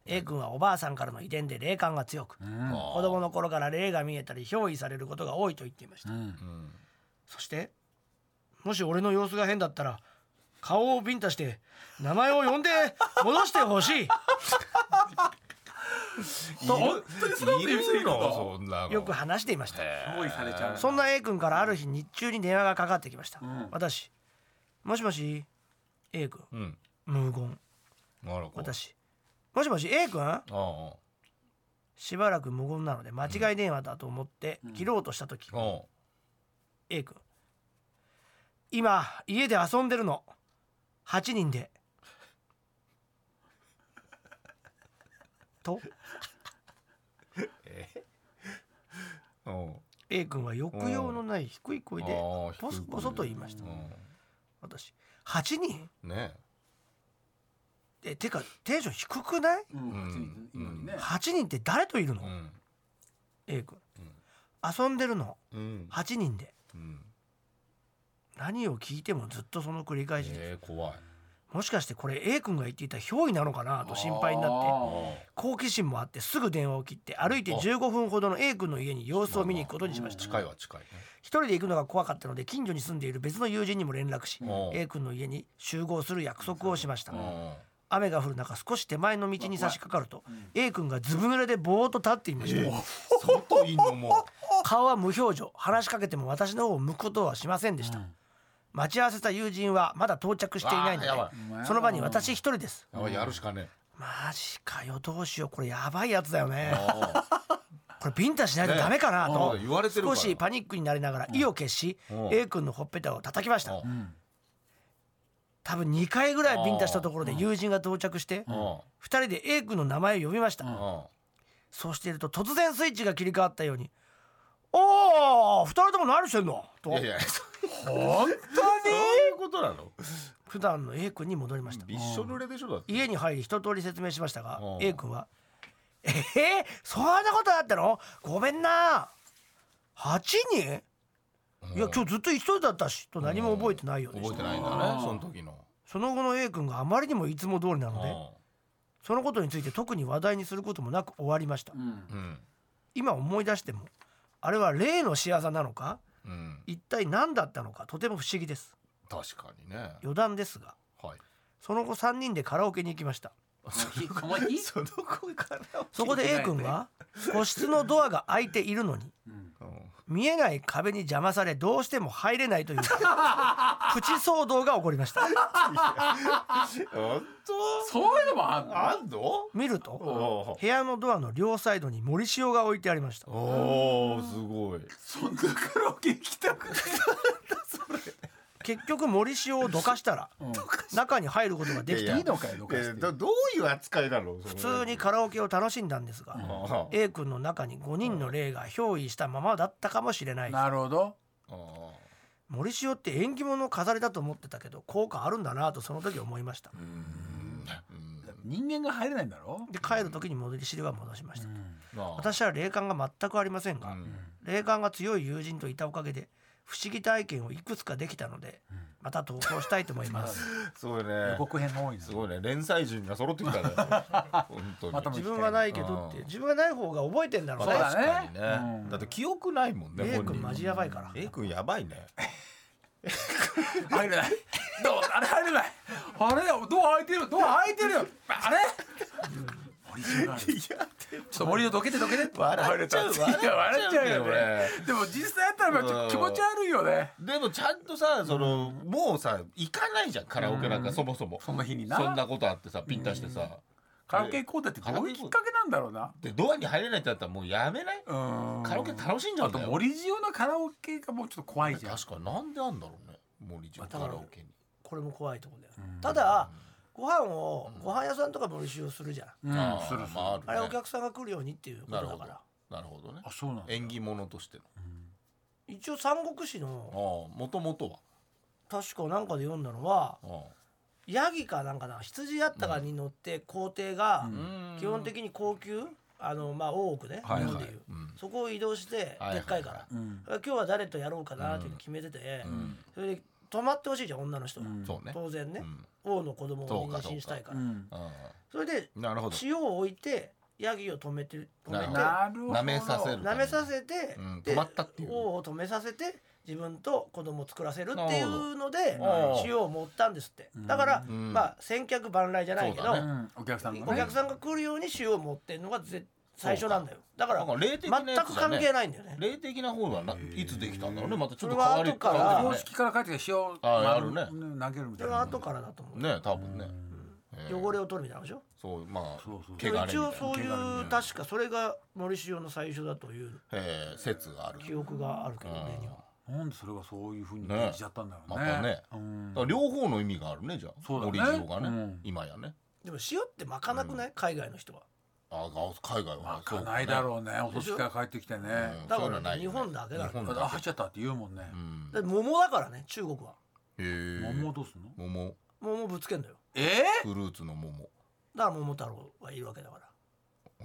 A 君はおばあさんからの遺伝で霊感が強く、子供の頃から霊が見えたり憑依されることが多いと言っていました、そしてもし俺の様子が変だったら顔をビンタして名前を呼んで戻してほしい本当にそんなことい言う人いるるののそんなのよく話していました憑依されちゃう。そんな A 君からある日日中に電話がかかってきました、私「もしもし A 君うん無言あらこう私もしもし A 君ああしばらく無言なので間違い電話だと思って切ろうとした時、ああ A 君今家で遊んでるの8人でとうん A 君は抑揚のない低い声あでー低い声ボソでボソと言いましたうん私8人ねえてかテンション低くないうん、8人いるのにね、 ?8 人って誰といるの、うん A 君、遊んでるのうん8人でうん何を聞いてもずっとその繰り返しです、えー、怖いもしかしてこれ A 君が言っていた憑依なのかなと心配になってあ好奇心もあってすぐ電話を切って歩いて15分ほどの A 君の家に様子を見に行くことにしました近いは近いね一人で行くのが怖かったので近所に住んでいる別の友人にも連絡しうん A 君の家に集合する約束をしましたうん雨が降る中少し手前の道に差し掛かると A 君がずぶ濡れでぼーっと立っていました外いんのも顔は無表情話しかけても私の方を向くことはしませんでした、待ち合わせた友人はまだ到着していないのであーやばいその場に私一人ですやばいやるしかねマジかよどうしようこれやばいやつだよえねあこれビンタしないとダメかなねえとうん言われてるから少しパニックになりながら意を決しうん A 君のほっぺたを叩きましーた多分2回ぐらいビンタしたところで友人が到着してうんうん2人で A 君の名前を呼びましたうんそうしていると突然スイッチが切り替わったように「おお2人とも何してんの?」といやいやそう本いうことなの普段の A 君に戻りました一緒濡れでしょだって家に入り一通り説明しましたがうん A 君は「えー、そんなことあったのごめんな8人いや今日ずっと一人だったし」と何も覚えてないようでし覚えたてないんだねその時のその後の A 君があまりにもいつも通りなのでそのことについて特に話題にすることもなく終わりましたうんうんうん今思い出してもあれは例の仕業なのかうん一体何だったのかとても不思議です確かにね余談ですがはいその後3人でカラオケに行きましたお前いい [LAUGHS] その声からそこで A 君は個室のドアが開いているのに見えない壁に邪魔されどうしても入れ [LAUGHS] ないというプチ騒動が起こりました本当そういうのもあんのあんの見ると部屋のドアの両サイドに森塩が置いてありましたおーすごいそんなカラオケ行きたくない結局森塩をどかしたら中に入ることができいたやいいのかよどうかしてえどどういう扱いなの普普通にカラオケを楽しんだんですが A 君の中に5人の霊が憑依したままだったかもしれないなるほど森塩って縁起物を飾りだと思ってたけど効果あるんだなとその時思いました人間が入れないんだろで帰る時に戻り汁は戻しました私私は霊感が全くありませんが、霊感が強い友人といたおかげで不思議体験をいくつかできたので、また投稿したいと思います。すごい予ね告編が多いなすごいね連載人が揃ってきたね本当にまとめ自分はないけどって、自分はない方が覚えてんだろうね。そうだね確かにねうんだって記憶ないもんね A 本人君マジやばいから。 A 君やばいね入れないどうあれ入れないあれドア開いてるドア開いてるよあれ森島があるちょっと森をどけてどけて笑っちゃういや笑っちゃうよね俺でも実際やったらやっぱちょっと気持ち悪いよねでもちゃんとさそのもうさ行かないじゃんカラオケなんかそもそもその日になそんなことあってさピンタしてさカラオケ行こうだってどういうきっかけなんだろうなでドアに入れないってなったらもうやめないうんカラオケ楽しんじゃうあんだとよ森塩のカラオケがもうちょっと怖いじゃん確かになんであんだろうね森島カラオケにこれも怖いとこだよ。ただご飯をご飯屋さんとか森塩するじゃん。うんーするするまあるねあれお客さんが来るようにっていうことなるだほかどら。なるほどねあそうなんだ縁起物としての一応三国志のああもともとは確かなんかで読んだのはあヤギかなんかな羊やったかに乗って皇帝があ基本的に高級あのまあ大奥ね日はいはい本でいううんそこを移動してはいはいでっかいからうん今日は誰とやろうかなっていうの決めててんそれで泊まってほしいじゃん女の人はうんそうね当然ねうん王の子供そをうか妊娠したいかうらんあそれであなるほど塩を置いてヤギを止めて止めてなるほど舐めさせる舐めさせてうんで止まったっていう王を止めさせて自分と子供を作らせるっていうのでなるほど塩を盛ったんですってだからんまあ先客万来じゃないけそどううだんお客さんがねお客さんが来るように塩を持ってんのがぜ最初なんだよだかならんか霊的なや全つだくね関係ないんだよね霊的な方はないつできたんだろうねまたちょっと変わりそれは後から変わ公りだよ式から帰ってきた塩をあやるね投げるそみたいれはな後からだと思う、ねね多分ねえー汚れを取るみたいなのでしょそうまあそうそ汚れうみたいな一応そうい汚れみたいうな確かそれが森塩の最初だというえー説がある記憶があるけどねにはなんでそれがそういう風にね感じちゃったんだろうねまたねうんだから両方の意味があるねじゃあそうだね森塩がね、うん今やねでも塩って巻かなくない、海外の人はあが海外はわかんないだうろうねお寿司から帰ってきてねんだそういかうのら、はない日よね本だけだ日か本あ入っちゃったって言うもんねうんら、で桃だからね中国はへえ桃どうすんの桃桃ぶつけんのよえフルーツの桃だから桃太郎はいるわけだから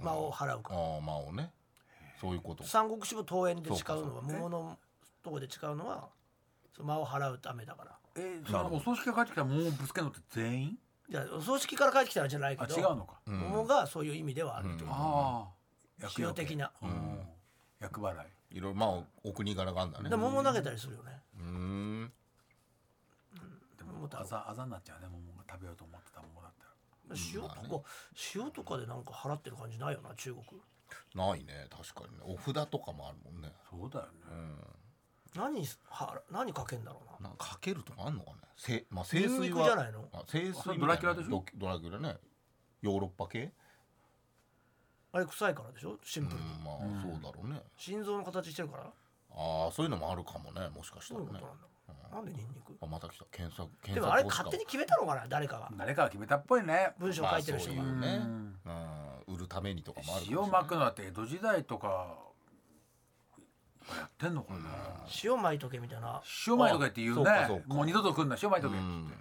間を払うからああまあをねそういうこと三国志も桃園で誓うのそうかそはうか桃のとこで誓うのはその間を払うためだからええそのお葬式が帰ってきたらもうぶつけるのって全員じゃあお葬式から帰ってきたらじゃないあけど違うのか、うん桃がそういう意味ではあるってこと、ああ使用的な、うん厄払いいろいろまあお国柄があんだねで桃投げたりするよねうーんでもあざあざになっちゃうね桃が食べようと思ってた桃だったら塩とか、塩とかでなんか払ってる感じないよな中国ないね確かにねお札とかもあるもんねそうだよね、何は何かけんだろうななんかかけるとかあんのかねせまあ聖ニ水ンはニクじゃないのあ聖水それドラキュラでしょドドラキュラねヨーロッパ系あれ臭いからでしょシンうプルに、んまあうんそうだろうね心臓の形してるからああそういうのもあるかもねもしかしたどうらいうこねとなんだろう、なんでニンニクあまた来た検索検索でもあれボスか勝手に決めたのかな誰かが誰かが決めたっぽいね文章書いてる人まが、あそういうねうんうん売るためにとかもあるかもしれない塩まくのだって江戸時代とかやってんのかな、塩まいとけみたいな塩まいとか言って言うねあそうかそうかもう二度と来んな塩まいとけって言って、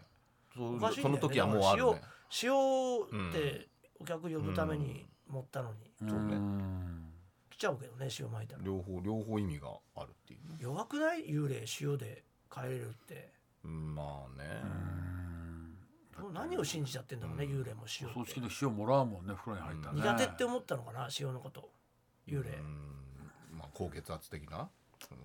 そおうかしいそんだよのね時はもうあるね塩塩ってお客呼ぶために持ったのに、んそうねん来ちゃうけどね塩まいたら両方両方意味があるっていうね弱くない幽霊塩で帰れるってうんまあねもう何を信じちゃってんだろうね、幽霊も塩っお葬て式で塩もらうもんね風呂に入ったらね苦手って思ったのかな塩のこと幽霊、うんまあ高血圧的なうん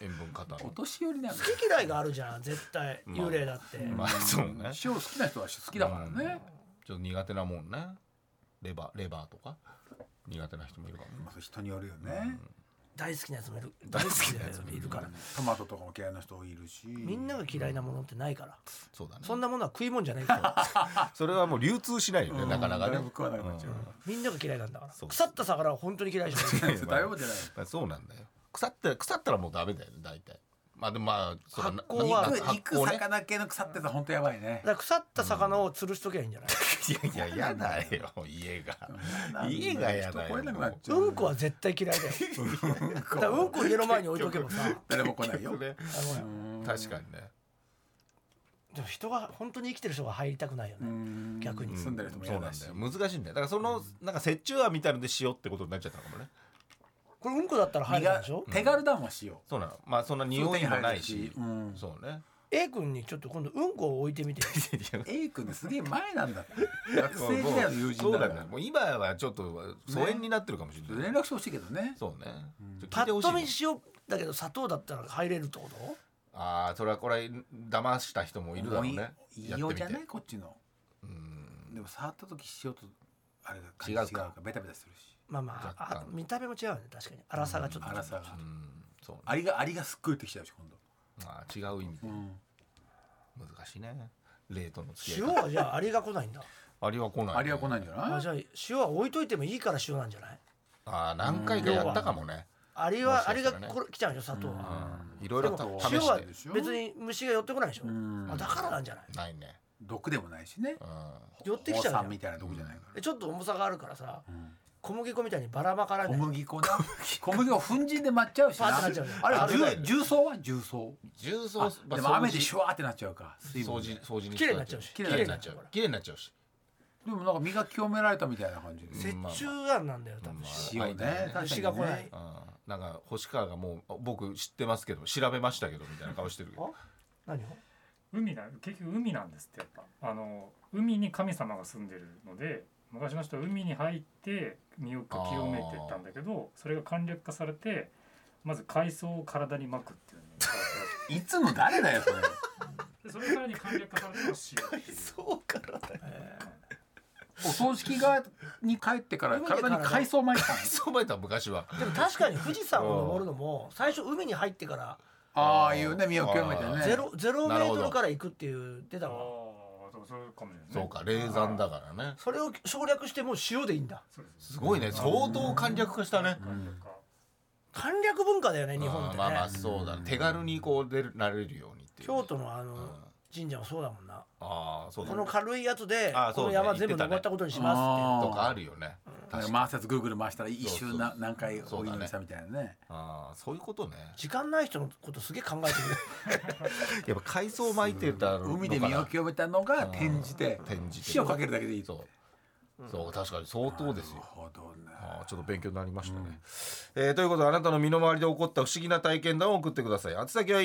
塩分過多おの年寄りなんだ好き嫌いがあるじゃん絶対まあ幽霊だって、まあそうね塩好きな人は好きだからね、ちょっと苦手なもんねレバレバーとか苦手な人もいるからねまあそれ人によるよね、大好きなやつもいる大好きなやつもいるからトマトとかも嫌いな人いるしみんなが嫌いなものってないから、そうだねそんなものは食い物じゃないからそれはもう流通しないよねなかなかだねいぶ食わなくなっちゃう、みんなが嫌いなんだからそう腐った魚は本当に嫌いじゃないいやだいぶじゃないまあそうなんだよ腐って腐ったらもうダメだよね大体まあでもまあそうだな発酵はな肉発肉酵ね魚系の腐ってた本当やばいねだから腐った魚を吊るしときゃいいんじゃない、いやいや嫌だよ家が家が嫌だよ人来れなくなっちゃ [LAUGHS] うんこは絶対嫌いだよだからうんこ家の前に置いとけばさ誰も来ないよそれあのね確かにねでも人が本当に生きてる人が入りたくないよね逆に住んでる人もそう嫌なだんしだよ難しいんだよだからそのなんか折衷案みたいのでしようってことになっちゃったのかもねこれうんこだったら入身るたがでしょ手軽だもんしよそうなのまあそんな匂いもないしそう手に入るしうんそうね A 君にちょっと今度うんこを置いてみてう A 君ねすげえ前なんだって学生時代の友人そうだなかんだらよもう今はちょっと疎遠になってるかもしれない、連絡してほしいけどねそうね、ちょっとパ聞いてッほしとい見ね塩だけど砂糖だったら入れるってことああそれはこれ騙した人もいるだろうねいいやってよみじゃてないこっちのでも触った時塩とあれが感じ違う違かうからベタベタするしまあまああ若干見た目も違うよね確かに粗さがちょっと粗さがうんそうねアリがアリがすっごいってきちゃうし今度まあ違う意味で難しいね冷凍の付き塩合いはじゃあアリが来ないんだありは来ない、ね、アリは来いないんじゃあないじゃあ塩は置いといてもいいから塩なんじゃないああ何回かやったかもねアリもしはかアしリたがらねこれ来ちゃうんでしょ砂糖はうんいろいろたでも試塩しはてでしょ別に虫が寄ってこないでしょんあだからなんじゃないないね毒でもないしねうん寄ってきちゃうじゃさんみんたいな毒じゃないかでちょっと重さがあるからさ小麦粉みたいにばらまからら小ない麦粉な小麦粉粉塵で待っちゃうしパなッてなっちゃうあれあれだよ重重曹は重曹重曹あまあでも雨掃除でシュワーってなっちゃうか水分掃で除掃除に綺麗になっちゃうし綺綺麗麗ににななっっちちゃゃううから綺麗になっちゃうしでもなんか身が清められたみたいな感じで折まあ衷案なんだよ多分まあ塩ね虫が来ない確かうんなんか星川がもう僕知ってますけど調べましたけどみたいな顔してるけどあ何を海な結局海なんですってやっぱあの海に神様が住んでるので昔の人は海に入って身を清めてったんだけどそれが簡略化されてまず海藻を体に巻くっていうのがにねいつの誰だよそれでそれからに簡略化されての塩っていうそうからだよ [LAUGHS] お葬式がに帰ってから体に海藻巻い [LAUGHS] たのそう前だ昔はでも確かに富士山を登るのも最初海に入ってからああいうね身を清めてあねーゼロゼロメなるーほトどルから行くっていう出あたあわそうそうかもしれないねそうか霊山だからねそれを省略してもう塩でいいんだそうですすごいね相当簡略化したね簡略化簡略文化だよね日うん本ってね、まあまあそうだね手軽にこう出るなれるようにっていうね京都のあの神社もそうだもんなああそうだこねの軽いやつであこそうのね山全言って部たね登ったことにしますっとかあるよねだか確らかに回せずぐるぐる回したら一周そうそうな何回そおうだね祈りしたみたいなねああそういうことねて時間ない人のことすげえ考えてるやっぱ海藻巻いてたのかな海で身を清めたのが転じて転じて塩かけるだけでいいとそうそう確かに相当ですなるよほどねああちょっと勉強になりましたね、えーということであなたの身の回りで起こった不思議な体験談を送ってください宛先は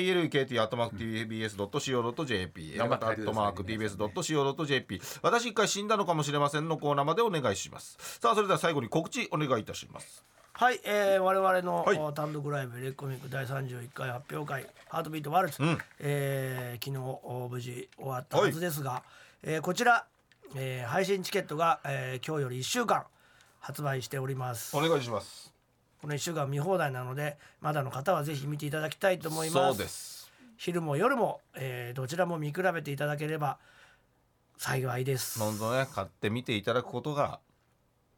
elkt.tbs.co.jp 頑張山って田書いてください .tbs.co.jp 私一回死んだのかもしれませんのコーナーまでお願いしますさあそれでは最後に告知お願いいたしますはい、えー、我々の、はいお単独ライブ「レッコミック第31回発表会ハートビートワルツ」うんえー昨日お無事終わったはずですが、えーこちら、えー配信チケットが、えー今日より1週間発売しておりますお願いしますこの1週間見放題なのでまだの方はぜひ見ていただきたいと思いますそうです昼も夜も、えーどちらも見比べていただければ幸いですどんどんね買ってみていただくことが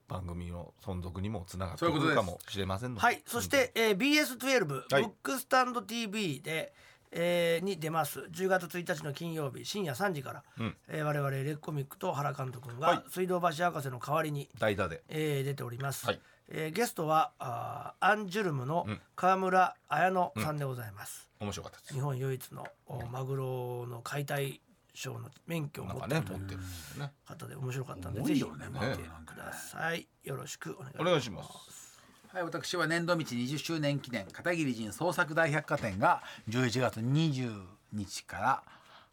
番組の存続にもつながってそういうくことでるすかもしれませんのではい、そして、えー、BS12、はいブックスタンド TV で、えーに出ます10月1日の金曜日深夜3時から、うんえー我々レッコミックと原監督はいが水道橋博士の代わりに、代打でえー出ております、はいえーゲストはあーアンジュルムのうん川村綾乃さんでございます、面白かったです日本唯一のおマグロの解体ショーの免許を持なんかっていねるとい持うってるんですよね方で面白かったんで、多ぜいひよ見ねてマグロなんかくねださいよろしくお願いしおます願いしますはい、私は年度道20周年記念片桐仁創作大百科展が11月20日から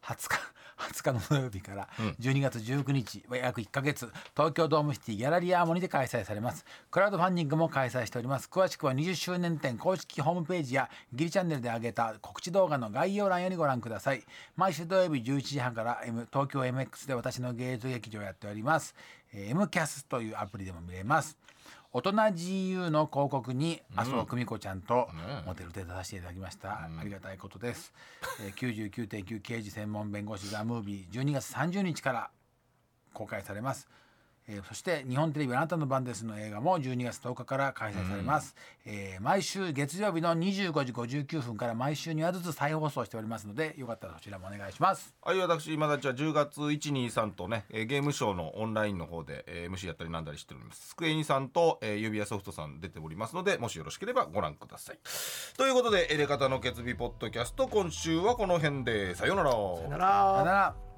20日20日の土曜日から12月19日は約1ヶ月東京ドームシティギャラリーアーモニーで開催されますクラウドファンディングも開催しております詳しくは20周年展公式ホームページやギリチャンネルで上げた告知動画の概要欄よりご覧ください毎週土曜日11時半から M 東京 MX で私の芸術劇場をやっておりますえー M キャスというアプリでも見れます大人 GU の広告に麻生久美子ちゃんとモデルで出させていただきました、ありがたいことです、えー、99.9刑事専門弁護士ザ・ムービー12月30日から公開されます、えーそして日本テレビあなたの番ですの映画も12月10日から開催されます、えー毎週月曜日の25時59分から毎週2話ずつ再放送しておりますのでよかったらそちらもお願いしますはい、私、今たちは10月123とね、えーゲームショーのオンラインの方で、えー MC やったりなんだりしております。スクエニさんと、えー、指輪ソフトさん出ておりますので、もしよろしければご覧ください。ということで、エレカタの決意ポッドキャスト、今週はこの辺で、さようならさよならさよなら